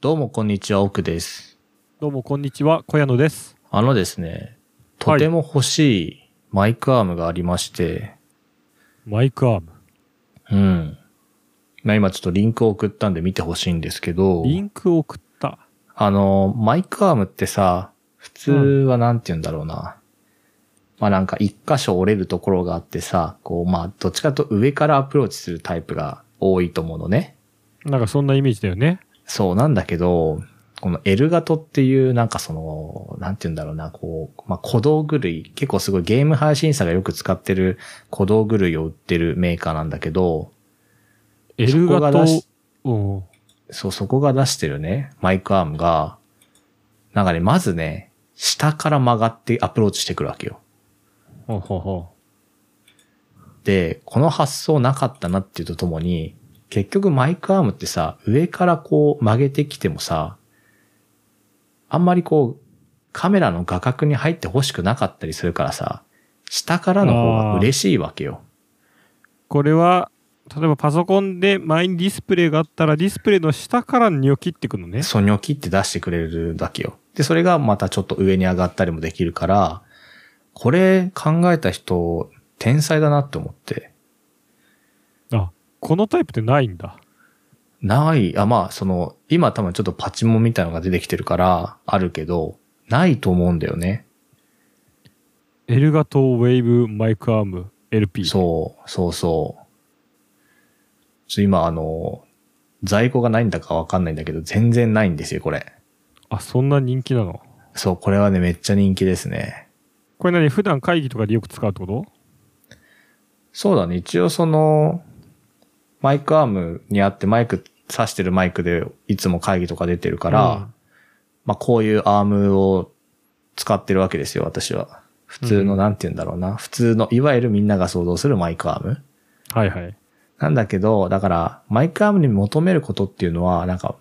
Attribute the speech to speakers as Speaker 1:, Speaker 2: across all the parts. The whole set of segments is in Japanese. Speaker 1: どうもこんにちは、奥です。
Speaker 2: どうも、こんにちは。小屋野です。
Speaker 1: あのですね、
Speaker 2: は
Speaker 1: と
Speaker 2: い
Speaker 1: ても欲しいマイクアームがありまして、
Speaker 2: マイクアーム。
Speaker 1: うん。まあ今ちょっとリンクを送ったんで見てほしいんですけど、
Speaker 2: リンクを送った。
Speaker 1: あの、マイクアームってさ、普通はなんて言うんだろうな。まあなんか一箇所折れるところがあってさ、こうまあどっちかというと上からアプローチするタイプが多いと思うのね。
Speaker 2: なんかそんなイメージだよね。
Speaker 1: そうなんだけど、このエルガトっていうなんかその、なんて言うんだろうな、こう、まあ、小道具類、結構すごいゲーム配信者がよく使ってる小道具類を売ってるメーカーなんだけど、
Speaker 2: エルガ
Speaker 1: そこが
Speaker 2: ト
Speaker 1: 出し、
Speaker 2: おう
Speaker 1: そう、そこが出してるね、マイクアームが、なんかね、まずね、下から曲がってアプローチしてくるわけよ。
Speaker 2: ほうほうほ
Speaker 1: で、この発想なかったなっていうとともに、結局マイクアームってさ、上からこう曲げてきてもさ、あんまりこう、カメラの画角に入って欲しくなかったりするからさ、下からの方が嬉しいわけよ。
Speaker 2: うこれは、例えばパソコンで前にディスプレイがあったら、ディスプレイの下からニョキってくのね。
Speaker 1: ソニョキって出してくれるだけよ。で、それがまたちょっと上に上がったりもできるから、これ考えた人、天才だなって思って。
Speaker 2: あ、このタイプってないんだ。
Speaker 1: ない、あ、まあ、その、今多分ちょっとパチモンみたいなのが出てきてるから、あるけど、ないと思うんだよね。
Speaker 2: エルガトウェイブマイクアーム LP。
Speaker 1: そう、そうそう。ちょ今、あの、在庫がないんだかわかんないんだけど、全然ないんですよ、これ。
Speaker 2: あ、そんな人気なの。
Speaker 1: そう、これはね、めっちゃ人気ですね。
Speaker 2: これ何普段会議とかでよく使うってこと
Speaker 1: そうだね、一応その、マイクアームにあって、マイク、挿してるマイクでいつも会議とか出てるから、まあ、こういうアームを使ってるわけですよ、私は。普通の、
Speaker 2: うん
Speaker 1: なんて言うんだろうな。普通の、いわゆるみんなが想像するマイクアーム。
Speaker 2: うんはいはい。
Speaker 1: なんだけど、だから、マイクアームに求めることっていうのは、なんか、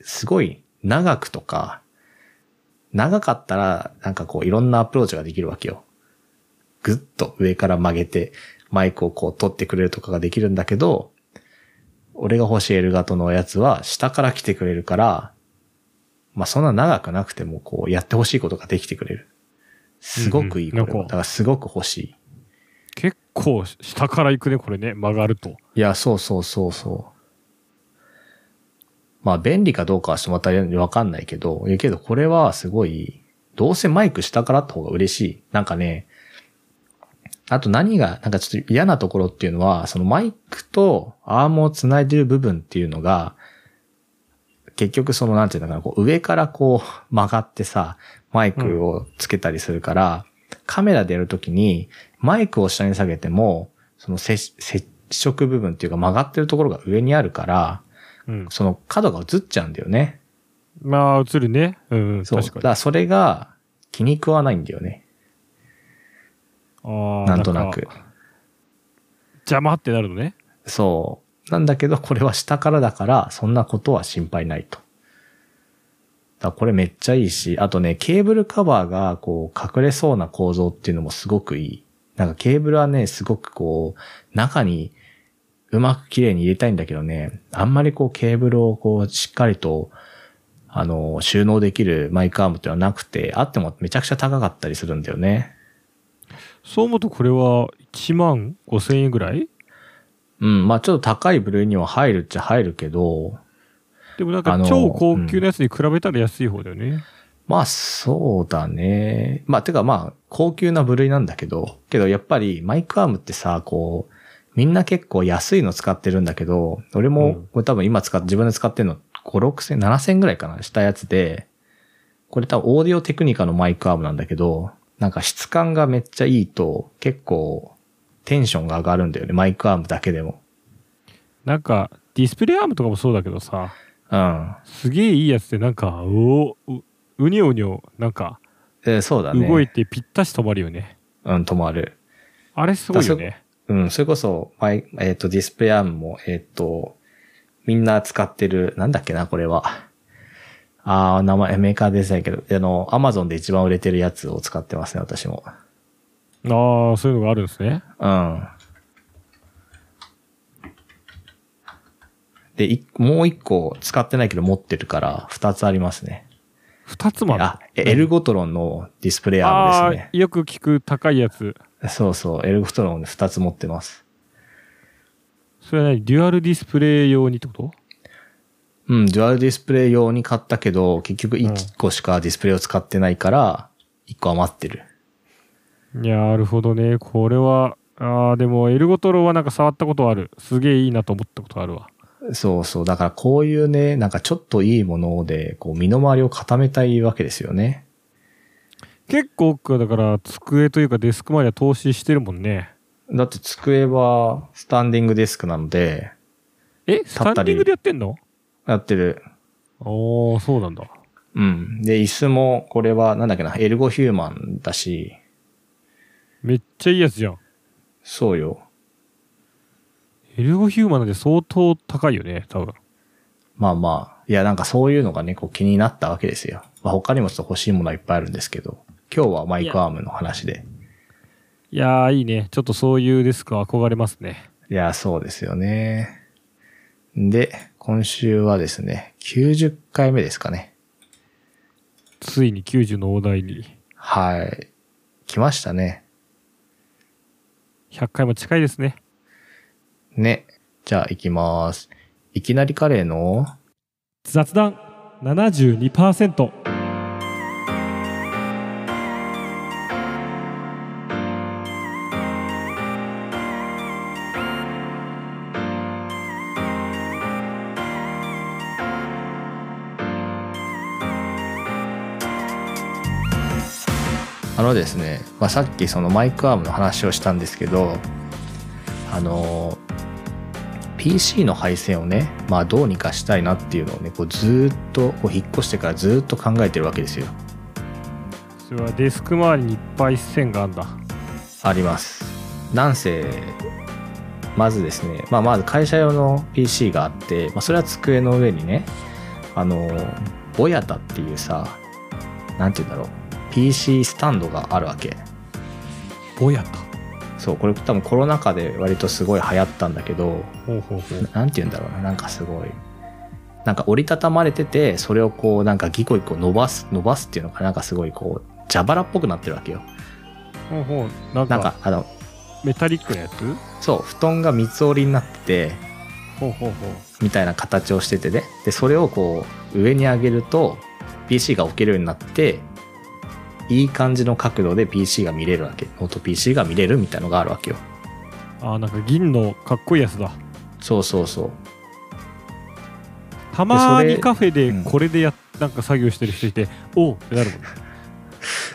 Speaker 1: すごい長くとか、長かったら、なんかこう、いろんなアプローチができるわけよ。ぐっと上から曲げて、マイクをこう、取ってくれるとかができるんだけど、俺が欲しいエルガトのやつは、下から来てくれるから、まあ、そんな長くなくても、こう、やってほしいことができてくれる。すごくいい、こ
Speaker 2: うん
Speaker 1: れ
Speaker 2: うん
Speaker 1: はだから、すごく欲しい。
Speaker 2: 結構下から行くね、これね。曲がると。
Speaker 1: いや、そうそうそうそう。まあ、便利かどうかはちょっとまたわかんないけど、いやけどこれはすごい、どうせマイク下からあった方が嬉しい。なんかね、あと何が、なんかちょっと嫌なところっていうのは、そのマイクとアームをつないでる部分っていうのが、結局その、なんていうのかな、こう上からこう曲がってさ、マイクをつけたりするから、カメラでやるときに、マイクを下に下げても、その接接触部分っていうか曲がってるところが上にあるから、
Speaker 2: うん。
Speaker 1: その角が映っちゃうんだよね。
Speaker 2: まあ、映るね。うん、うん
Speaker 1: そう。
Speaker 2: 確
Speaker 1: だ
Speaker 2: か
Speaker 1: か
Speaker 2: に。
Speaker 1: らそれが気に食わないんだよね。
Speaker 2: あー
Speaker 1: なんとなく。
Speaker 2: か邪魔ってなるのね。
Speaker 1: そう。なんだけど、これは下からだから、そんなことは心配ないと。だからこれめっちゃいいし、あとね、ケーブルカバーがこう隠れそうな構造っていうのもすごくいい。なんかケーブルはね、すごくこう、中にうまく綺麗に入れたいんだけどね、あんまりこうケーブルをこうしっかりと、あの、収納できるマイクアームっていうのはなくて、あってもめちゃくちゃ高かったりするんだよね。
Speaker 2: そう思うとこれは1万5千円ぐらい
Speaker 1: うん、まあちょっと高い部類には入るっちゃ入るけど、
Speaker 2: でもなん
Speaker 1: あ
Speaker 2: か
Speaker 1: の
Speaker 2: 超高級なやつに比べたら安い方だよね。
Speaker 1: まあ、そうだね。まあ、てかまあ、高級な部類なんだけど、けどやっぱりマイクアームってさ、こう、みんな結構安いの使ってるんだけど、俺
Speaker 2: う
Speaker 1: も
Speaker 2: ん、
Speaker 1: これ多分今使って、自分で使ってるの5、6千、7千ぐらいかな、したやつで、これ多分オーディオテクニカのマイクアームなんだけど、なんか質感がめっちゃいいと、結構、テンションが上がるんだよね、マイクアームだけでも。
Speaker 2: なんかディスプレイアームとかもそうだけどさ、
Speaker 1: うん。
Speaker 2: すげえいいやつってなんか、おお、ううにょうにょ、なんか
Speaker 1: えそうだね。
Speaker 2: 動いてぴったし止まるよね。
Speaker 1: うん、止まる。
Speaker 2: あれすごいよね。
Speaker 1: うん、それこそ、マイ、えっ、と、ディスプレイアームも、えっ、と、みんな使ってる、なんだっけな、これは。ああ、名前、メーカー出てないけど、あの、アマゾンで一番売れてるやつを使ってますね、私も。
Speaker 2: ああ、そういうのがあるんですね。
Speaker 1: うん。で、いもう一個使ってないけど持ってるから、二つありますね。
Speaker 2: 二つもある
Speaker 1: あ、えエルゴトロンのディスプレイアームですね
Speaker 2: あーよく聞く高いやつ。。
Speaker 1: そうそう、エルゴトロン二つ持ってます。
Speaker 2: それは何デュアルディスプレイ用にってこと
Speaker 1: うん、デュアルディスプレイ用に買ったけど、結局1個しかディスプレイを使ってないから、1個余ってる。
Speaker 2: いやなるほどね。これは、ああ、でも、エルゴトロはなんか触ったことある。すげえいいなと思ったことあるわ。
Speaker 1: そうそう。だからこういうね、なんかちょっといいもので、こう身の回りを固めたいわけですよね。
Speaker 2: 結構僕はだから、机というかデスク周りは投資してるもんね。
Speaker 1: だって机はスタンディングデスクなので、
Speaker 2: え、スタンディングでやってんの
Speaker 1: やってる。
Speaker 2: おー、そうなんだ。
Speaker 1: うん。で、椅子もこれはなんだっけな、エルゴヒューマンだし、
Speaker 2: めっちゃいいやつじゃん。
Speaker 1: そうよ。
Speaker 2: エルゴヒューマンなんて相当高いよね、多分。
Speaker 1: まあまあ、いやなんかそういうのがね、こう気になったわけですよ。まあ他にもちょっと欲しいものはいっぱいあるんですけど、今日はマイクアームの話で。
Speaker 2: いやー、いいね。ちょっとそういうデスクは憧れますね。
Speaker 1: いや、そうですよね。で、今週はですね、90回目ですかね。
Speaker 2: ついに90の大台に。
Speaker 1: はい。来ましたね。
Speaker 2: 100回も近いですね。
Speaker 1: ね。じゃあ行きます。いきなりカレーの、
Speaker 2: 雑談72%
Speaker 1: あのですね、まあ、さっきそのマイクアームの話をしたんですけど、あの、PC の配線をね、まあどうにかしたいなっていうのをね、こうずーっと、こう引っ越してからずーっと考えてるわけですよ。
Speaker 2: それはデスク周りにいっぱい線があんだ
Speaker 1: あります。なんせ、まずですね、まあ、まず会社用の PC があって、まあ、それは机の上にね、あの、ボヤタっていうさ、なんて言うんだろう、PC スタンドがあるわけ。
Speaker 2: ぼやた
Speaker 1: そう、これ多分コロナ禍で割とすごい流行ったんだけど、
Speaker 2: ほうほうほう
Speaker 1: なんて言うんだろうな、なんかすごい。なんか折りたたまれてて、それをこう、なんかギコギコ伸ばす、伸ばすっていうのかなんかすごいこう、蛇腹っぽくなってるわけよ。
Speaker 2: ほうほうなんか
Speaker 1: なんか、あの、
Speaker 2: メタリックなやつ
Speaker 1: そう、布団が三つ折りになってて、
Speaker 2: ほうほうほう
Speaker 1: みたいな形をしててねでそれをこう上に上げると PC が置けるようになっていい感じの角度で PC が見れるわけノート PC が見れるみたいのがあるわけよ
Speaker 2: あーなんか銀のかっこいいやつだ
Speaker 1: そうそうそう
Speaker 2: たま
Speaker 1: でそ
Speaker 2: に
Speaker 1: れ
Speaker 2: カフェで
Speaker 1: うん
Speaker 2: これでや、なんか作業してる人いておうってなるもん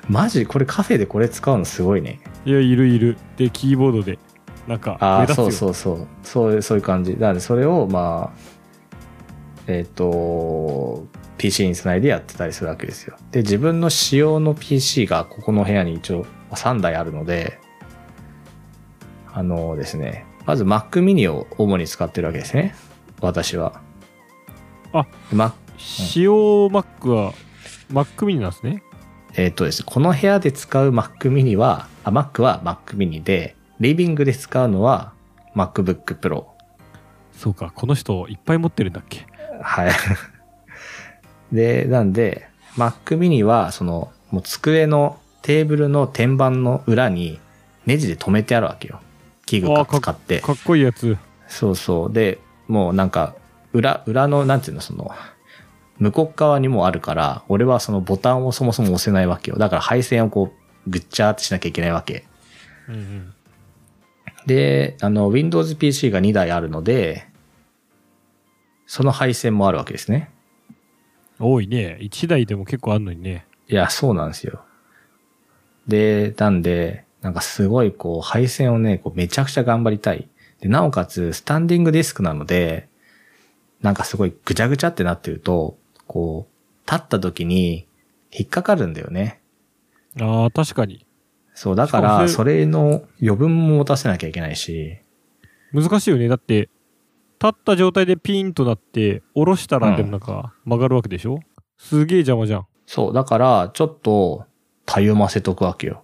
Speaker 1: マジこれカフェでこれ使うのすごいね
Speaker 2: いやいるいるでキーボードでなんか
Speaker 1: あ
Speaker 2: 目
Speaker 1: あ
Speaker 2: 立つ
Speaker 1: そう
Speaker 2: よ
Speaker 1: そうそうそうそういう感じなのでそれをまあえっ、と PC につないでやってたりするわけですよで自分の使用の PC がここの部屋に一応3台あるのであのですねまず Mac mini を主に使ってるわけですね私は
Speaker 2: あ
Speaker 1: で Mac
Speaker 2: 使用 Mac は Mac mini なんですね
Speaker 1: えっ、とですねこの部屋で使う Mac mini はあ Mac は Mac mini でリビングで使うのは MacBook Pro
Speaker 2: そうかこの人いっぱい持ってるんだっけ
Speaker 1: はい。で、なんで、Mac mini は、その、もう机のテーブルの天板の裏にネジで止めてあるわけよ。器具
Speaker 2: わ
Speaker 1: を
Speaker 2: あかっ
Speaker 1: 使って。
Speaker 2: かっこいいやつ
Speaker 1: そうそう。で、もうなんか、裏、裏の、なんていうの、その、向こう側にもうあるから、俺はそのボタンをそもそも押せないわけよ。だから配線をこう、ぐっちゃーってしなきゃいけないわけ。
Speaker 2: うんうん
Speaker 1: で、あの、Windows PC が2台あるので、その配線もあるわけですね。
Speaker 2: 多いね1台でも結構あんのにね
Speaker 1: いや、そうなんですよ。で、なんで、なんかすごいこう、配線をね、こうめちゃくちゃ頑張りたい。で、なおかつ、スタンディングディスクなので、なんかすごいぐちゃぐちゃってなってると、こう、立った時に引っかかるんだよね。
Speaker 2: あー確かに
Speaker 1: そう、だか
Speaker 2: しかも
Speaker 1: ら、
Speaker 2: そ
Speaker 1: それの余分も持たせなきゃいけないし、
Speaker 2: 難しいよねだって立った状態でピーンとなって下ろした
Speaker 1: う
Speaker 2: ら
Speaker 1: ん
Speaker 2: でもなんか曲がるわけでしょ、すげえ邪魔じゃん
Speaker 1: そう、だから、ちょっと、たゆませとくわけよ。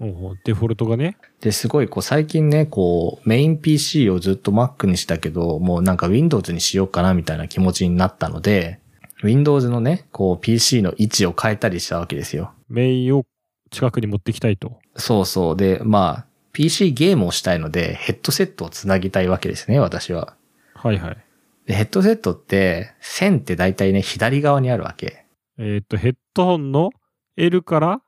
Speaker 2: おうおうデフォルトがね。
Speaker 1: で、すごい、こう、最近ね、こう、メイン PC をずっと Mac にしたけど、もうなんか Windows にしようかなみたいな気持ちになったので、Windows のね、こう、PC の位置を変えたりしたわけですよ。
Speaker 2: メインを近くに持ってきたいと。
Speaker 1: そうそう。で、まあ、PC ゲームをしたいので、ヘッドセットをつなぎたいわけですね、私は。
Speaker 2: はいはい。
Speaker 1: で、ヘッドセットって、線って大体ね、左側にあるわけ。
Speaker 2: えーっと、ヘッドホンの L から、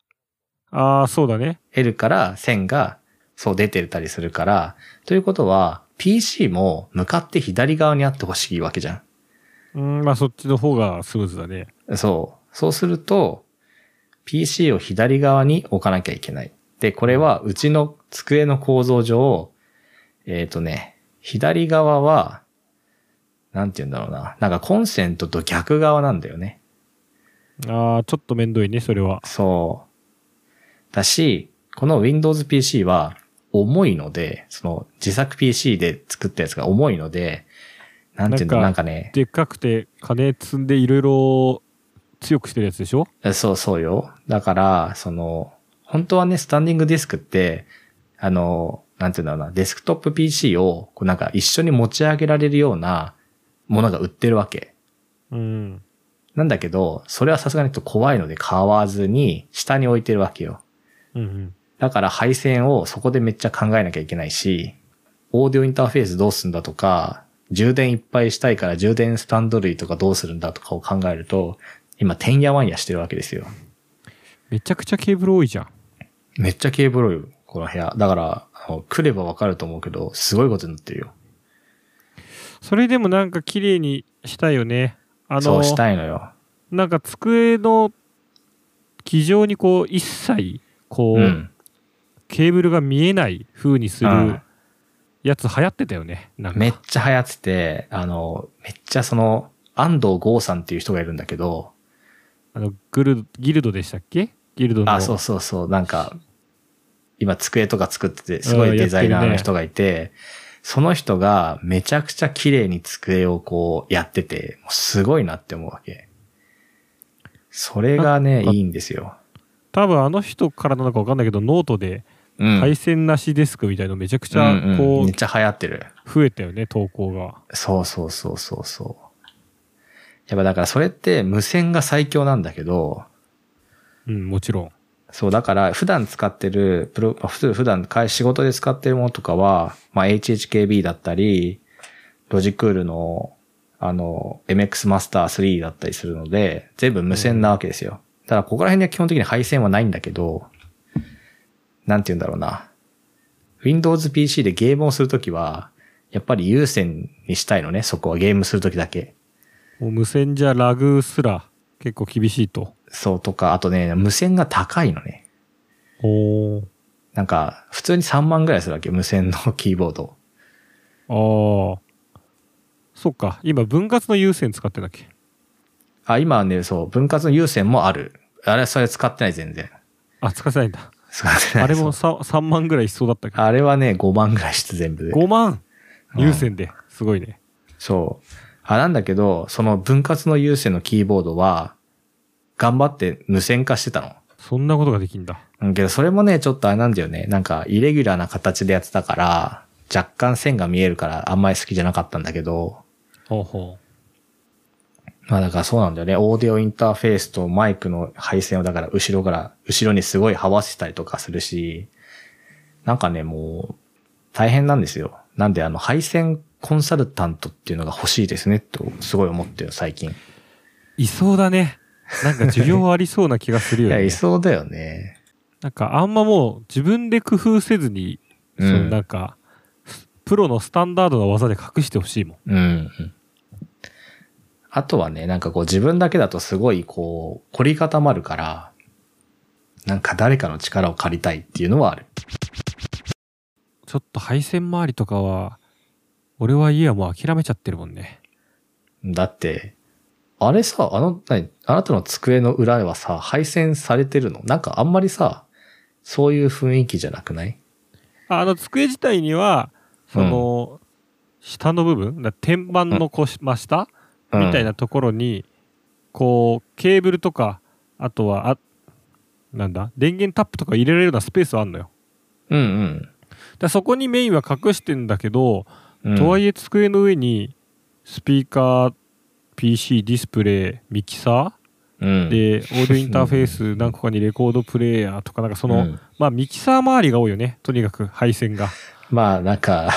Speaker 2: ああ、そうだね。
Speaker 1: L から線が、そう出てたりするから、ということは、PC も向かって左側にあってほしいわけじゃん。
Speaker 2: うん、まあそっちの方がスムーズだね。
Speaker 1: そう。そうすると、PC を左側に置かなきゃいけない。で、これはうちの机の構造上、えっ、とね、左側は、なんて言うんだろうな。なんかコンセントと逆側なんだよね。
Speaker 2: ああ、ちょっとめんどいね、それは。
Speaker 1: そう。だし、この Windows PC は重いので、その自作 PC で作ったやつが重いので、なんて言うんだろう、な
Speaker 2: なんん
Speaker 1: かね、
Speaker 2: でっかくて金積んでいろいろ強くしてるやつでしょ
Speaker 1: そうそうよ。だから、その、本当はね、スタンディングディスクって、あの、なんていうんだろうな、デスクトップ PC を、こうなんか一緒に持ち上げられるようなものが売ってるわけ。
Speaker 2: うん。
Speaker 1: なんだけど、それはさすがにちょっと怖いので買わずに、下に置いてるわけよ。
Speaker 2: うんうん。
Speaker 1: だから配線をそこでめっちゃ考えなきゃいけないし、オーディオインターフェースどうすんだとか、充電いっぱいしたいから充電スタンド類とかどうするんだとかを考えると、今、てんやわんやしてるわけですよ。
Speaker 2: めちゃくちゃケーブル多いじゃん。
Speaker 1: めっちゃケーブルよ、この部屋。だから、あの来ればわかると思うけど、すごいことになってるよ。
Speaker 2: それでもなんか綺麗にしたいよね。あ
Speaker 1: そ
Speaker 2: の
Speaker 1: う、したいのよ。
Speaker 2: なんか机の機上にこう一切こう、
Speaker 1: うん。
Speaker 2: ケーブルが見えない風にす
Speaker 1: うん
Speaker 2: るやつ流行ってたよね。なんか
Speaker 1: めっちゃ流行ってて、あの、めっちゃその、安藤剛さんっていう人がいるんだけど、
Speaker 2: あのグルギルドでしたっけギルドの。
Speaker 1: あ、そうそうそう、なんか、今机とか作ってて、すごいデザイナーの人がいて、その人がめちゃくちゃ綺麗に机をこうやってて、もうすごいなって思うわけ。それがね、
Speaker 2: なんか
Speaker 1: いいんですよ。
Speaker 2: 多分あの人からなのか分かんないけどノートで
Speaker 1: うん。
Speaker 2: 配線なしデスクみたいのめちゃくち
Speaker 1: うんう
Speaker 2: ゃ
Speaker 1: ん
Speaker 2: こ
Speaker 1: めっちゃ流行ってる。
Speaker 2: う増えたよね投稿が。
Speaker 1: そうそうそうそうそう。やっぱだからそれって無線が最強なんだけど、
Speaker 2: うんもちろん。
Speaker 1: そうだから普段使ってる、プロ、まあ普通普段会仕事で使ってるものとかは、まあ HHKB だったり、ロジクールの、あの、MX マスター3だったりするので、全部無線なわけですよ。ただここら辺では基本的に配線はないんだけど、なんて言うんだろうな。Windows PC でゲームをするときは、やっぱり有線にしたいのね、そこはゲームするときだけ。
Speaker 2: もう無線じゃラグすら結構厳しいと。
Speaker 1: そうとか、あとね、無線が高いのね。
Speaker 2: おー
Speaker 1: なんか、普通に3万ぐらいするわけよ、無線のキーボード。
Speaker 2: ああ。そっか。今分割の優先使ってんだっけ。
Speaker 1: あ、今はね、そう、分割の有線もある。あれはそれ使ってない、全然。
Speaker 2: あ、使ってないんだ。
Speaker 1: 使ってない。
Speaker 2: あれ
Speaker 1: そ
Speaker 2: も
Speaker 1: う
Speaker 2: さ 3, 万ぐらいしそうだったけど。
Speaker 1: あれはね、5万ぐらいして全部で。
Speaker 2: 5万
Speaker 1: うん
Speaker 2: 優先で。すごいね。
Speaker 1: そう。あ、なんだけど、その分割の有線のキーボードは、頑張って無線化してたの。
Speaker 2: そんなことができんだ。
Speaker 1: うん、けどそれもね、ちょっとあれなんだよね。なんか、イレギュラーな形でやってたから、若干線が見えるからあんまり好きじゃなかったんだけど、
Speaker 2: ほうほ
Speaker 1: まあだからそうなんだよね。オーディオインターフェースとマイクの配線をだから後ろから、後ろにすごい這わせたりとかするし、なんかね、もう大変なんですよ。なんであの配線コンサルタントっていうのが欲しいですねとすごい思ってる最近。
Speaker 2: いそうだね。なんか需要ありそうな気がする
Speaker 1: い
Speaker 2: よ
Speaker 1: や、
Speaker 2: ね
Speaker 1: い。そうだよね。
Speaker 2: なんかあんまもう自分で工夫せずに、
Speaker 1: うん
Speaker 2: そのなんか、プロのスタンダードな技で隠してほしいもん。
Speaker 1: うんうん。あとはね、なんかこう自分だけだとすごいこう凝り固まるから、なんか誰かの力を借りたいっていうのはある。
Speaker 2: ちょっと配線周りとかは、俺は家はもう諦めちゃってるもんね。
Speaker 1: だって、あれさ、あの、何あなたの机の裏はさ、配線されてるのなんかあんまりさ、そういう雰囲気じゃなくない
Speaker 2: ああの机自体にはその、下の部分だ天板のこうし真下、みたい。なところにこうケーブルとかあとはあなんだ電源タップとか入れられるようなスペースはあんのよ
Speaker 1: うん
Speaker 2: だそこにメインは隠してんだけど、
Speaker 1: うん。
Speaker 2: とはい
Speaker 1: え、
Speaker 2: え机の上にスピーカー PC ディスプレイミキサ
Speaker 1: うん、
Speaker 2: ーで、オーディオインターフェース何個かにレコードプレイヤーとかなんかその、
Speaker 1: うん
Speaker 2: まあミキサー周りが多いよねとにかく配線が
Speaker 1: まあなんか、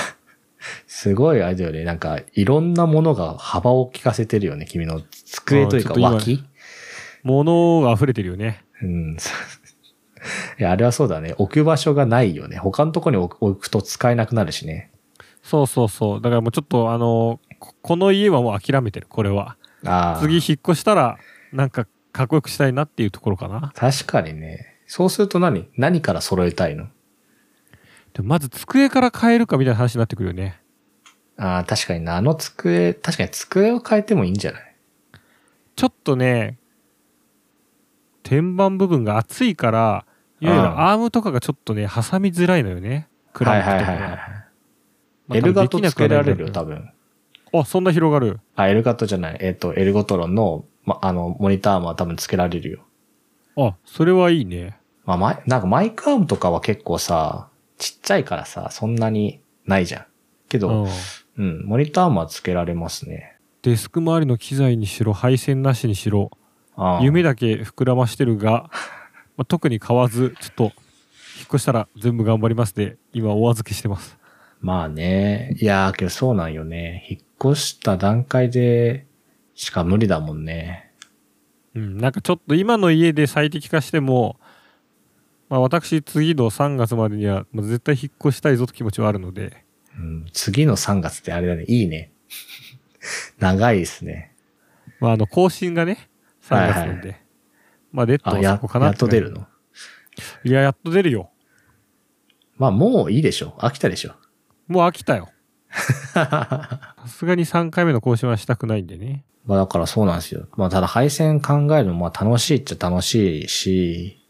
Speaker 1: すごいあれだよね。なんか、いろんなものが幅を利かせてるよね。君の机というか
Speaker 2: あーちょっと今
Speaker 1: 脇
Speaker 2: 物が溢れてるよね
Speaker 1: うん。 いや、あれはそうだね。置く場所がないよね。他のとこに置く置くと使えなくなるしね。
Speaker 2: そうそうそうだからもうちょっとあのここの家はもう諦めてるこれは
Speaker 1: ああ。
Speaker 2: 次引っ越したらなんかかっこよくしたいなっていうところかな
Speaker 1: 確かにね。そうすると何何から揃えたいの
Speaker 2: でもまず机から変えるかみたいな話になってくるよね
Speaker 1: ああ、確かにな。あの机、確かに机を変えてもいいんじゃない
Speaker 2: ちょっとね天板部分が厚いからいわゆるアームとかがちょっとね挟みづらいのよねクランプとか
Speaker 1: はいはいはいは
Speaker 2: が
Speaker 1: い。
Speaker 2: まあ
Speaker 1: エルガトつけられるよ、
Speaker 2: 多
Speaker 1: 多
Speaker 2: 分
Speaker 1: 分。
Speaker 2: あそんな広がる
Speaker 1: あ、エルガトじゃない。えっ、と、エルゴトロンの、ま、あの、モニターも多分つけられるよ。
Speaker 2: あそれはいいね
Speaker 1: まあ、マイなんかマイクアームとかは結構さ、ちっちゃいからさ、そんなにないじゃん。けど、
Speaker 2: うん
Speaker 1: うん、モニターアームはつけられますね。
Speaker 2: デスク周りの機材にしろ配線なしにしろ
Speaker 1: ああ
Speaker 2: 夢だけ膨らまして るが、まあ、特に買わずちょっと引っ越したら全部頑張りますで今お預けしてます
Speaker 1: まあね。いやー、けどそうなんよね。引っ越した段階でしか無理だもんね。
Speaker 2: うん、なんかちょっと今の家で最適化しても、まあ、私次の3月までにはもう絶対引っ越したいぞと気持ちはあるので
Speaker 1: うん、次の3月ってあれだね。いいね。 長いですね。
Speaker 2: まああの更新がね3月なんで、まあデッド
Speaker 1: あ、
Speaker 2: は
Speaker 1: や
Speaker 2: そこかな
Speaker 1: やっと出る
Speaker 2: の
Speaker 1: の。
Speaker 2: いややっと出るよ
Speaker 1: まあもういいでしょ。飽きたでしょ。
Speaker 2: もう飽き たよさすがに3回目の更新はしたくないんでね
Speaker 1: まあだからそうなんですよ。まあただ配線考えるのもまあ楽しいっちゃ楽しいし、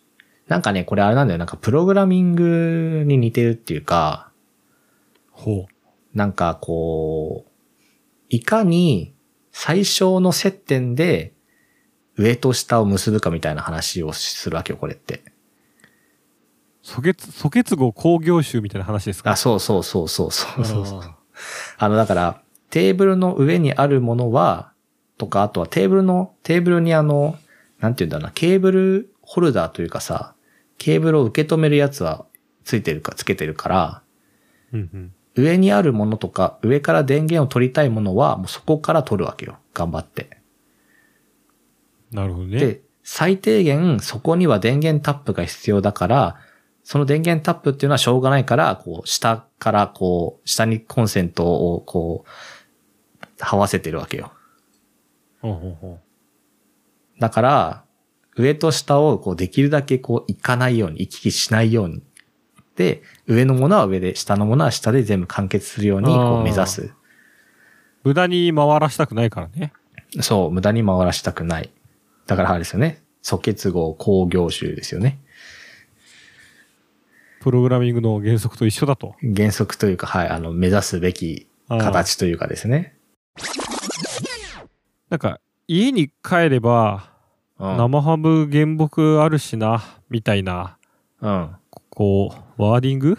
Speaker 1: なんかね、これあれなんだよ。なんかプログラミングに似てるっていうか、
Speaker 2: ほ
Speaker 1: なんかこう、いかに最小の接点で上と下を結ぶかみたいな話をするわけよ、これって。
Speaker 2: う素結素結合工業集みたいな話ですか
Speaker 1: あ、そうそうそうそうそうそうそう。
Speaker 2: あ
Speaker 1: あの、だから、テーブルの上にあるものは、とか、あとはテーブルの、テーブルにあの、なんて言うんだろうな、ケーブルホルダーというかさ、ケーブルを受け止めるやつはついてるかつけてるから、
Speaker 2: ーうんうん
Speaker 1: 上にあるものとか、上から電源を取りたいものは、もうそこから取るわけよ。頑張って。
Speaker 2: なるほどね
Speaker 1: で、最低限そこには電源タップが必要だから、その電源タップっていうのはしょうがないから、こう、下からこう、下にコンセントをこう、這わせてるわけよ。
Speaker 2: ほうほうほ
Speaker 1: だから、上と下をこうできるだけこう行かないように、行き来しないように。で、上のものは上で、下のものは下で全部完結するようにこ
Speaker 2: あー
Speaker 1: う目指す。
Speaker 2: う無駄に回らしたくないからね
Speaker 1: そう、無駄に回らしたくない。だからあれですよね。素結合工業集ですよね。
Speaker 2: プログラミングの原則と一緒だと
Speaker 1: 原則というか、はい、あの、目指すべき形というかですね。
Speaker 2: なんか家に帰れば
Speaker 1: うん。
Speaker 2: 生ハム原木あるしなみたいな
Speaker 1: うん。
Speaker 2: こうワーディング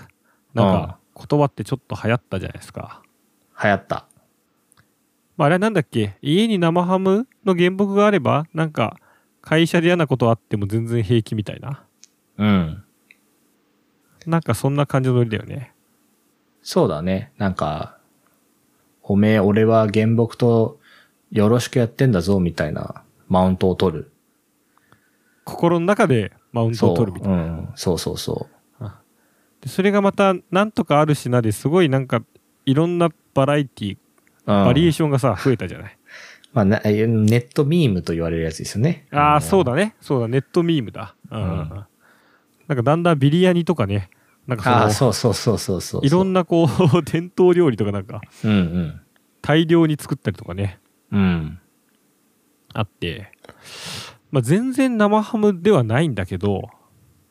Speaker 2: なんか
Speaker 1: あ
Speaker 2: 言葉ってちょっと流行ったじゃないですか、
Speaker 1: 流行った。
Speaker 2: まあ、あれはなんだっけ家に生ハムの原木があればなんか会社で嫌なことあっても全然平気みたいな
Speaker 1: うん。
Speaker 2: なんかそんな感じのノリだよね
Speaker 1: そうだね。なんか、おめえ、俺は原木とよろしくやってんだぞ、みたいなマウントを取る。
Speaker 2: 心の中でマウント
Speaker 1: そ
Speaker 2: を
Speaker 1: う。
Speaker 2: 取るみたいな
Speaker 1: うん。そうそうそ
Speaker 2: でそれがまたなんとかあるしなですごいなんかいろんなバラエティ
Speaker 1: う。うん、
Speaker 2: バリエーションがさ増えた じゃない、
Speaker 1: まあなネットミームと言われるやつですよね。
Speaker 2: ああそう
Speaker 1: だ。
Speaker 2: だねそうだネットミームだうん、
Speaker 1: うん
Speaker 2: なんかだんだんビリヤニとかねなんかその
Speaker 1: ああ、そうそうそうそうそう。
Speaker 2: いろんなこう 伝統料理とかなんか
Speaker 1: な。うん
Speaker 2: 大量に作ったりとかね
Speaker 1: うん。うん。
Speaker 2: あって、まあ、全然生ハムではないんだけど、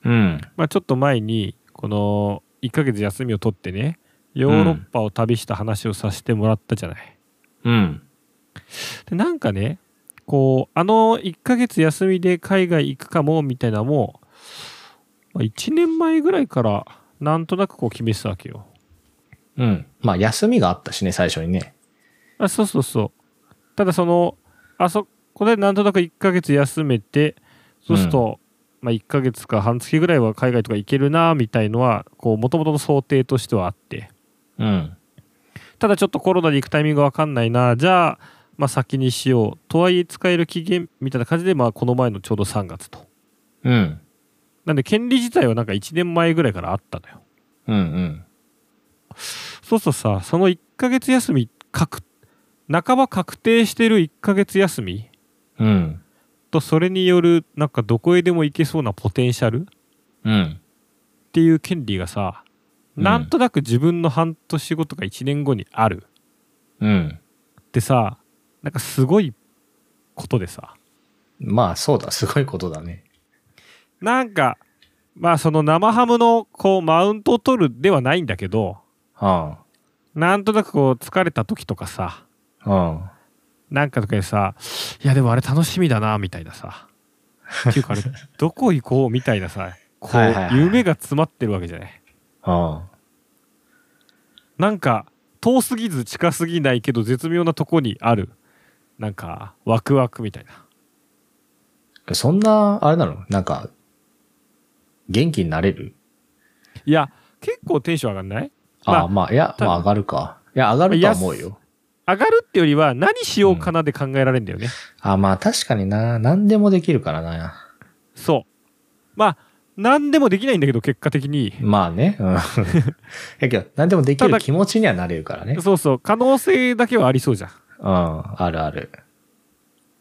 Speaker 1: うん。
Speaker 2: まあ、ちょっと前にこの1ヶ月休みを取ってねヨーロッパを旅した話をさせてもらったじゃない、
Speaker 1: うん。
Speaker 2: でなんかねこうあの1ヶ月休みで海外行くかもみたいなのもまあ、1年前ぐらいからなんとなくこう決めてたわけよ
Speaker 1: うん。まあ、休みがあったしね、最初にね。
Speaker 2: あそうそうそうただそのあそこでなんとなく1ヶ月休めてそうすると、まあ、1ヶ月か半月ぐらいは海外とか行けるなみたいのはもともとの想定としてはあって
Speaker 1: うん。
Speaker 2: ただちょっとコロナで行くタイミングわかんないなじゃあ,、まあ先にしようとはいえ使える期限みたいな感じで、まあ、この前のちょうど3月と
Speaker 1: うん。
Speaker 2: なんで権利自体はなんか1年前ぐらいからあったのよ
Speaker 1: うんうん。
Speaker 2: そうするとさその1ヶ月休み確半ば確定してる1ヶ月休み
Speaker 1: うん。
Speaker 2: とそれによるなんかどこへでも行けそうなポテンシャル
Speaker 1: うん。
Speaker 2: っていう権利がさ
Speaker 1: うん
Speaker 2: なんとなく自分の半年後とか1年後にある
Speaker 1: うん。
Speaker 2: ってさなんかすごいことでさ
Speaker 1: まあ、そうだ。すごいことだね。
Speaker 2: なんかまあその生ハムのこうマウントを取るではないんだけど
Speaker 1: は
Speaker 2: なんとなくこう疲れた時とかさ
Speaker 1: あ。うん。
Speaker 2: なんかとかでさ「いやでもあれ楽しみだな」みたいなさってい うかあれどこ行こうみたいなさこ
Speaker 1: はいはいは
Speaker 2: う
Speaker 1: い
Speaker 2: 夢が詰まってるわけじゃない
Speaker 1: は
Speaker 2: なんか遠すぎず近すぎないけど絶妙なとこにあるなんかワクワクみたいな
Speaker 1: あ。そんな、あれなのなんか、元気になれる
Speaker 2: いや結構テンション上がんない
Speaker 1: あ、
Speaker 2: ま
Speaker 1: ま
Speaker 2: あ
Speaker 1: あ、いや、
Speaker 2: た
Speaker 1: まあ上がるか。いや、上がるとは思うよ。
Speaker 2: 上がるってよりは何しようかなで考えられるんだよね、
Speaker 1: あ、まあ確かにな。何でもできるからな。
Speaker 2: そうまあ何でもできないんだけど結果的に
Speaker 1: まあね。 うん。いやけど、何でもでき
Speaker 2: ただ
Speaker 1: る気持ちにはなれるからね。うん。
Speaker 2: そうそう可能性だけはありそうじゃん
Speaker 1: あるある。
Speaker 2: 1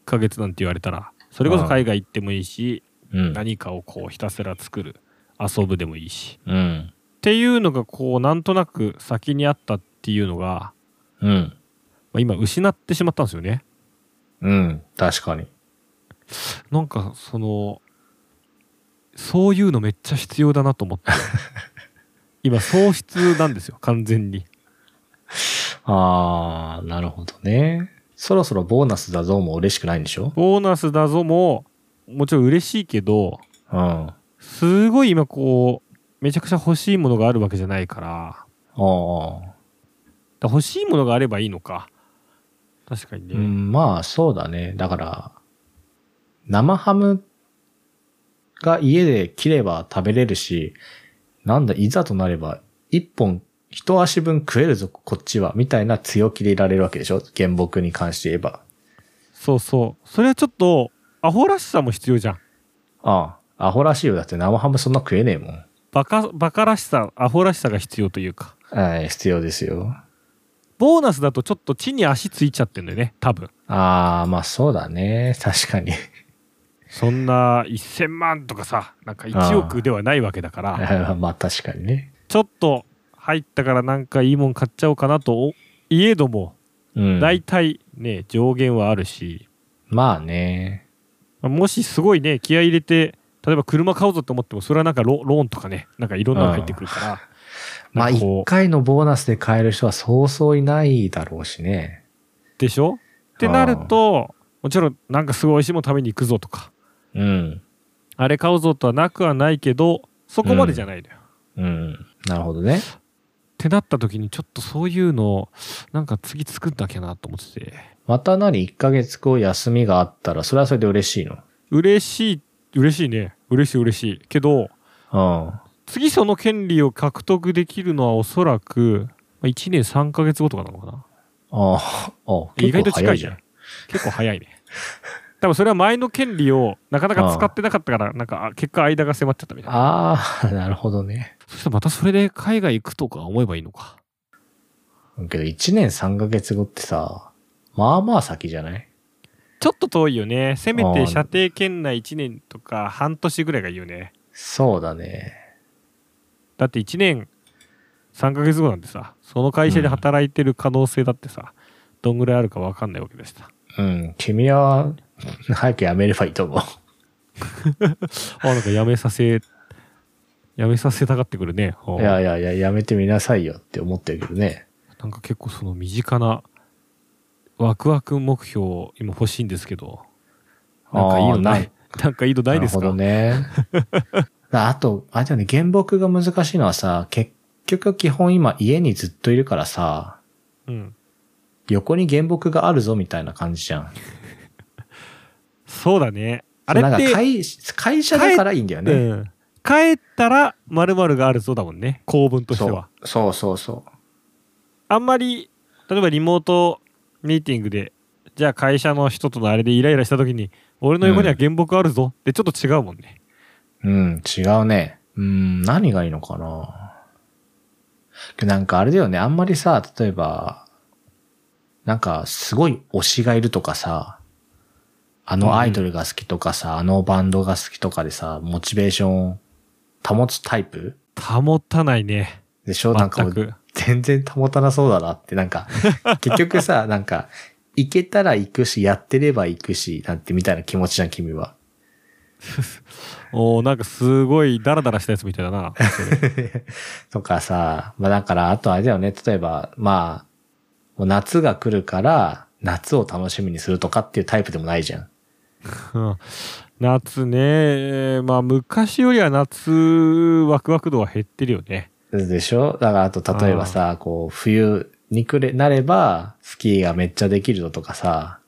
Speaker 2: ヶ月なんて言われたらそれこそ海外行ってもいいし
Speaker 1: うん。
Speaker 2: 何かをこうひたすら作る遊ぶでもいいし
Speaker 1: うん。
Speaker 2: っていうのがこうなんとなく先にあったっていうのが、
Speaker 1: うん。
Speaker 2: まあ、今失ってしまったんですよね
Speaker 1: うん。確かに。
Speaker 2: なんかそのそういうのめっちゃ必要だなと思って 今喪失なんですよ完全に
Speaker 1: あー、なるほどね。そろそろボーナスだぞも嬉しくないんでしょ
Speaker 2: ボーナスだぞももちろん嬉しいけど
Speaker 1: うん。あ
Speaker 2: すごい今こうめちゃくちゃ欲しいものがあるわけじゃないから
Speaker 1: あ。
Speaker 2: だから欲しいものがあればいいのか確かにね、
Speaker 1: うん、まあそうだね。だから、生ハムが家で切れば食べれるし、なんだ、いざとなれば、一本、一足分食えるぞ、こっちは、みたいな強気でいられるわけでしょ原木に関して言えば。
Speaker 2: そうそうそれはちょっとアホらしさも必要じゃん
Speaker 1: ああ、アホらしいよ。だって生ハムそんな食えねえもん。
Speaker 2: バカバカらしさアホらしさが必要というか
Speaker 1: はい、必要ですよ。
Speaker 2: ボーナスだとちょっと地に足ついちゃってんだよね多分
Speaker 1: ああ、まあそうだね。確かに。
Speaker 2: そんな1000万とかさなんか1億ではないわけだから
Speaker 1: まあ確かにね。
Speaker 2: ちょっと入ったからなんかいいもん買っちゃおうかなとおいえども
Speaker 1: うん。
Speaker 2: 大体ね上限はあるし
Speaker 1: まあね。
Speaker 2: まあもしすごいね気合い入れて例えば車買おうぞと思ってもそれはなんかロローンとかねなんかいろんなの入ってくるから
Speaker 1: まあ
Speaker 2: なんかこう
Speaker 1: 一回のボーナスで買える人はそうそういないだろうしね。
Speaker 2: でしょってなるともちろんなんかすごい美味しいもの食べに行くぞとか
Speaker 1: うん。
Speaker 2: あれ買おうぞとはなくはないけどそこまでじゃないのよ、
Speaker 1: うん。なるほどね。
Speaker 2: ってなった時にちょっとそういうのをなんか次作んなきゃなと思ってて
Speaker 1: また何一ヶ月後休みがあったら、それはそれで嬉しいの。
Speaker 2: 嬉しい嬉しいね嬉しい嬉しいけど次その権利を獲得できるのはおそらく1年3ヶ月後とかなのかな
Speaker 1: うん。ああ、あ
Speaker 2: 意外と近いじゃん
Speaker 1: 結
Speaker 2: 結構早いね多分それは前の権利をなかなか使ってなかったからなんかあ結果間が迫っちゃったみた
Speaker 1: 構
Speaker 2: いな
Speaker 1: 早いじゃん。ああ、 なるほどね。
Speaker 2: そしたらまたそれで海外行くとか思えばいいのか
Speaker 1: けど一年三ヶ月後ってさ、まあまあ先じゃない
Speaker 2: ちょっと遠いよねせめ
Speaker 1: あ
Speaker 2: て
Speaker 1: ー
Speaker 2: 射程圏内1年とか半年ぐらいがいいよね
Speaker 1: そうだね。
Speaker 2: だって1年3ヶ月後なんてさその会社で働いてる可能性だってさ、どんぐらいあるか分かんないわけでした
Speaker 1: うん。君は、早くやめればいいと思う。
Speaker 2: あなんかやめさせ やめさせたがってくるね
Speaker 1: いやいやいや、やめてみなさいよって思ってるけどね。
Speaker 2: なんか結構その身近なワクワク目標今欲 しいんですけどなんかいいのないなんかいいのないですか
Speaker 1: なるほどね。だあと、あれだよね、原木が難しいのはさ、結局基本今家にずっといるからさ、
Speaker 2: うん。
Speaker 1: 横に原木があるぞみたいな感じじゃん。
Speaker 2: そうだね。あれ
Speaker 1: なん
Speaker 2: っ
Speaker 1: か
Speaker 2: て、
Speaker 1: 会会社だからいいんだよね。
Speaker 2: うん、帰ったら〇〇があるぞだもんね。構文としては。
Speaker 1: そうそうそうそう。
Speaker 2: あんまり、例えばリモートミーティングで、じゃあ会社の人とのあれでイライラした時に、俺の横には原木あるぞってちょっと違うもんね。
Speaker 1: うん、違うね。うん、何がいいのかな。なんかあれだよね、あんまりさ、例えば、なんかすごい推しがいるとかさ、あのアイドルが好きとかさ、あのバンドが好きとかでさ、モチベーション保つタイプ
Speaker 2: 保たないね。
Speaker 1: でしょなんかも
Speaker 2: 全
Speaker 1: う
Speaker 2: く。
Speaker 1: 全然保たなそうだなって、なん か、結局さ、なんか、行けたら行くし、やってれば行くし、なんてみたいな気持ちじゃん、君は。
Speaker 2: おーなんかすごいダラダラしたやつみたい だな。
Speaker 1: とかさ、まあだから、あとあれだよね、例えば、まあ、もう夏が来るから、夏を楽しみにするとかっていうタイプでもないじゃん。
Speaker 2: うん夏ね、えーまあ昔よりは夏ワクワク度は減ってるよね。
Speaker 1: でしょだから、あと、例えばさ、こう、冬にくれ、なれば、スキーがめっちゃできるのとかさ、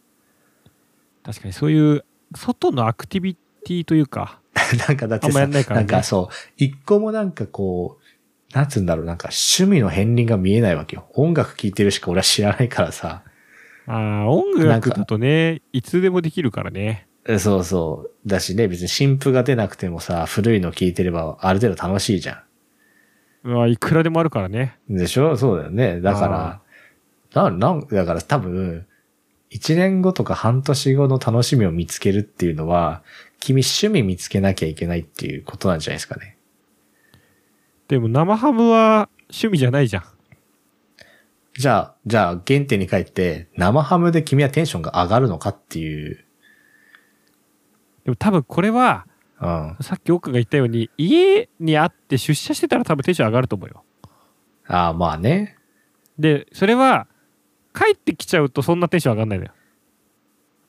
Speaker 2: 確かにそういう外のアクティビティというか、
Speaker 1: なんかだって
Speaker 2: あんま
Speaker 1: さ、
Speaker 2: やんない
Speaker 1: な
Speaker 2: からね
Speaker 1: んかそう、一個もなんかこう、なんつうんだろう、なんか趣味の片鱗が見えないわけよ。音楽聴いてるしか俺は知らないからさ。
Speaker 2: あー音楽だとね、いつでもできるからね。
Speaker 1: えそうそう。だしね、別に新譜が出なくてもさ、古いの聴いてればある程度楽しいじゃ
Speaker 2: まあいくらでもあるからね。
Speaker 1: ん。でしょそうだよね。だから、な、なん、だから多分、一年後とか半年後の楽しみを見つけるっていうのは、君趣味見つけなきゃいけないっていうことなんじゃないですかね。
Speaker 2: でも生ハムは趣味じゃないじゃん。
Speaker 1: じゃあ、じゃあ原点に帰って、生ハムで君はテンションが上がるのかっていう。
Speaker 2: でも多分これは、
Speaker 1: うん。
Speaker 2: さっき奥が言ったように、家にあって出社してたら多分テンション上がると思うよ。
Speaker 1: ああ、まあね。
Speaker 2: で、それは帰ってきちゃうとそんなテンション上がんないのよ。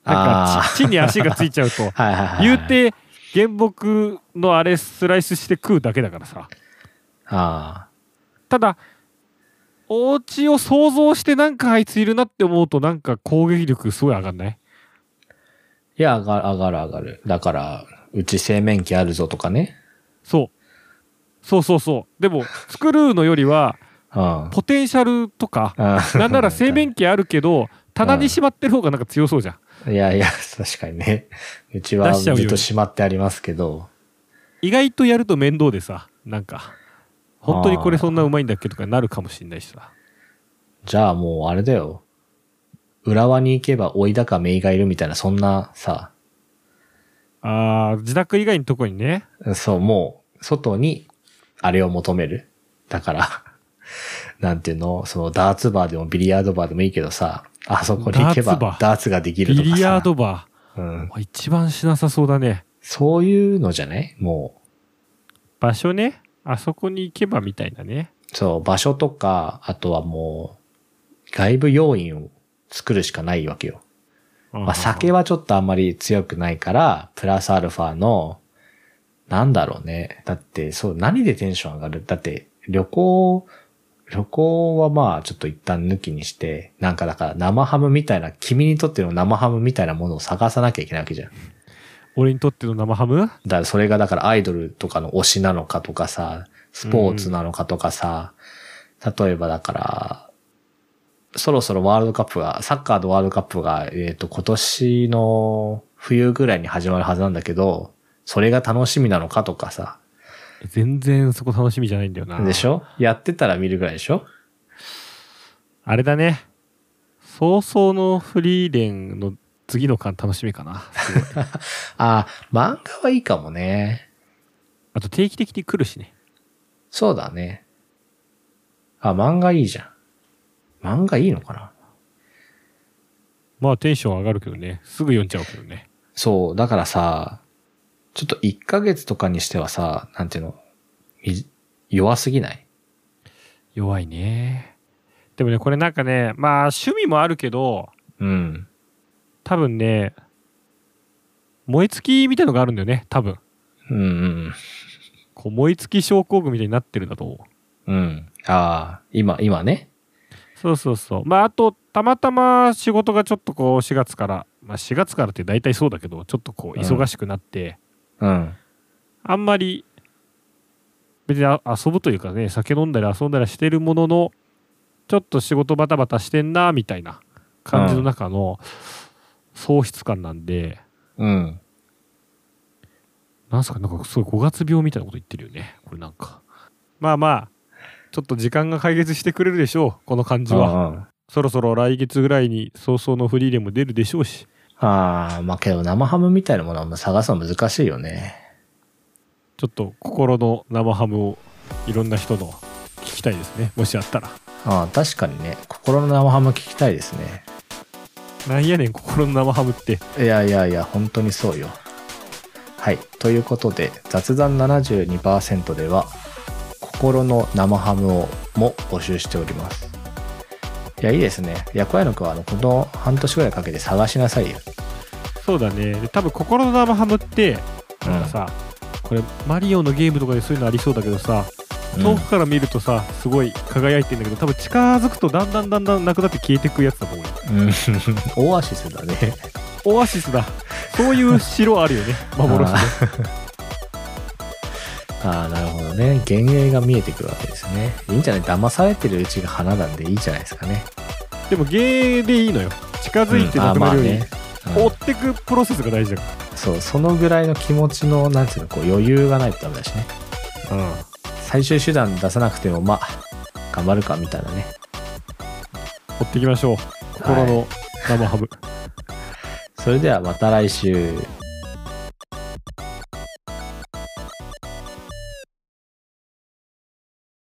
Speaker 2: なん
Speaker 1: あ
Speaker 2: か地地に足がついちゃうと。
Speaker 1: あ、 はいはいはい。
Speaker 2: 言う。て原木のあれスライスして食うだけだからさ
Speaker 1: あ
Speaker 2: ただお家を想像してなんかあいついるなって思うとなんか攻撃力すごい上がんない
Speaker 1: あ。いや、上がる、上がる、上がる。だから、うち製麺機あるぞとかね。
Speaker 2: そうそうそうそうでも作るのよりは
Speaker 1: うん。
Speaker 2: ポテンシャルとか
Speaker 1: う
Speaker 2: なんなら製麺機あるけど棚にしまってる方がなんか強そうじゃん
Speaker 1: んいやいや、確かにね。うちは
Speaker 2: 出しち
Speaker 1: ず
Speaker 2: ゃうよ
Speaker 1: っと閉まってありますけど。
Speaker 2: 意外とやると面倒でさなんか本当にこれそんなうまいんだっけとかなるかもしんないしさ
Speaker 1: じゃあもうあれだよ。浦和に行けば追いだかめいがいるみたいな、そんなさ、
Speaker 2: あー自宅以外のとこにね
Speaker 1: そう、もう、外に、あれを求める。だから、なんていうの、そのダーツバーでもビリヤードバーでもいいけどさ、あそこに行けば
Speaker 2: ダーツバー
Speaker 1: ダーツができ
Speaker 2: ビ
Speaker 1: るとかさ。
Speaker 2: リヤードバ
Speaker 1: う
Speaker 2: ー
Speaker 1: ん。
Speaker 2: まあ一番しなさそうだね
Speaker 1: そういうのじゃないも
Speaker 2: 場所ねあそこに行けばみたいなね
Speaker 1: う、そう、場所とか、あとはもう、外部要因を作るしかないわけよ。まあ、酒
Speaker 2: は
Speaker 1: はちょっとあんまり強くないから、プラスアルファの、なんだろうね。だって、そう、何でテンション上がるだって、旅行、旅行はまあ、ちょっと一旦抜きにして、なんかだから生ハムみたいな、君にとっての生ハムみたいなものを探さなきゃいけないわけじゃん。
Speaker 2: 俺にとっての生ハム
Speaker 1: だからそれがだからアイドルとかの推しなのかとかさ、スポーツなのかとかさ、例えばだから、そろそろワールドカップが、サッカーのワールドカップが、えっ、と、今年の冬ぐらいに始まるはずなんだけど、それが楽しみなのかとかさ、
Speaker 2: 全然そこ楽しみじゃないんだよな
Speaker 1: でしょやってたら見るぐらいでしょ
Speaker 2: あれだね早々のフリーレンの次の巻楽しみかな
Speaker 1: あー、漫画はいいかもね。
Speaker 2: あと定期的に来るしね
Speaker 1: そうだね。あ、漫画いいじゃん。漫画いいのかな
Speaker 2: まあテンション上がるけどねすぐ読んじゃうけどね
Speaker 1: そう、だからさ、ちょっと1ヶ月とかにしてはさ、なんていうの、み弱すぎない
Speaker 2: 弱いねでもねこれなんかねまあ趣味もあるけど
Speaker 1: うん。
Speaker 2: 多分ね燃え尽きみたいのがあるんだよね多分
Speaker 1: うんうん。
Speaker 2: こう燃え尽き症候群みたいになってるんだと思う。
Speaker 1: うん。ああ、今、今ね。
Speaker 2: そうそうそう。まあ、あと、たまたま仕事がちょっとこう、4月から、まあ、4月からって大体そうだけど、ちょっとこう、
Speaker 1: うん
Speaker 2: 忙しくなって、
Speaker 1: うん。
Speaker 2: あんまり、別にあ遊ぶというかね、酒飲んだり遊んだりしてるものの、ちょっと仕事バタバタしてんな、みたいな感じの中の、喪失感なんで、
Speaker 1: うん。
Speaker 2: なんすか、なんかすごい5月病みたいなこと言ってるよね、これなんか。まあまあ、ちょっと時間が解決してくれるでしょう、この感じは。
Speaker 1: あ
Speaker 2: そろそろ来月ぐらいに早々のフリーレンも出るでしょうし、
Speaker 1: あー、まあけど生ハムみたいなものはあんま探すの難しいよね。
Speaker 2: ちょっと心の生ハムをいろんな人の聞きたいですね、もしあったら。
Speaker 1: ああ、確かにね。心の生ハム聞きたいですね。
Speaker 2: なんやねん、心の生ハムって。
Speaker 1: いやいやいや、本当にそうよ。はい。ということで、雑談72%では、心の生ハムをも募集しております。いや、いいですね。役割の子は、あの、この半年ぐらいかけて探しなさいよ。
Speaker 2: そうだね、で多分心の生ハムって、なんかさ、これマリオのゲームとかでそういうのありそうだけどさ、
Speaker 1: うん
Speaker 2: 遠くから見るとさ、すごい輝いてんだけど、多分近づくとだんだんだんだんなくなって消えてくやつだと思うよ。
Speaker 1: うんオアシス だね。
Speaker 2: オアシスだ。そういう 城あるよね、幻ね。
Speaker 1: ああ、なるほどね。幻影が見えてくるわけですね。いいんじゃない騙されてるうちが花なんでいいじゃないですかね。
Speaker 2: でもゲーでいいのよ。近づいて
Speaker 1: うんあー
Speaker 2: なくな
Speaker 1: まあ
Speaker 2: るように
Speaker 1: ね。うん
Speaker 2: 追ってくプロセスが大事だか
Speaker 1: そう、そのぐらいの気持ちの、なんていうの、こう余裕がないとダメだしね。
Speaker 2: ら、
Speaker 1: 最終手段出さなくてもまあ頑張るかみたいなね
Speaker 2: 追っていきましょう心の生ハム、
Speaker 1: それではまた来週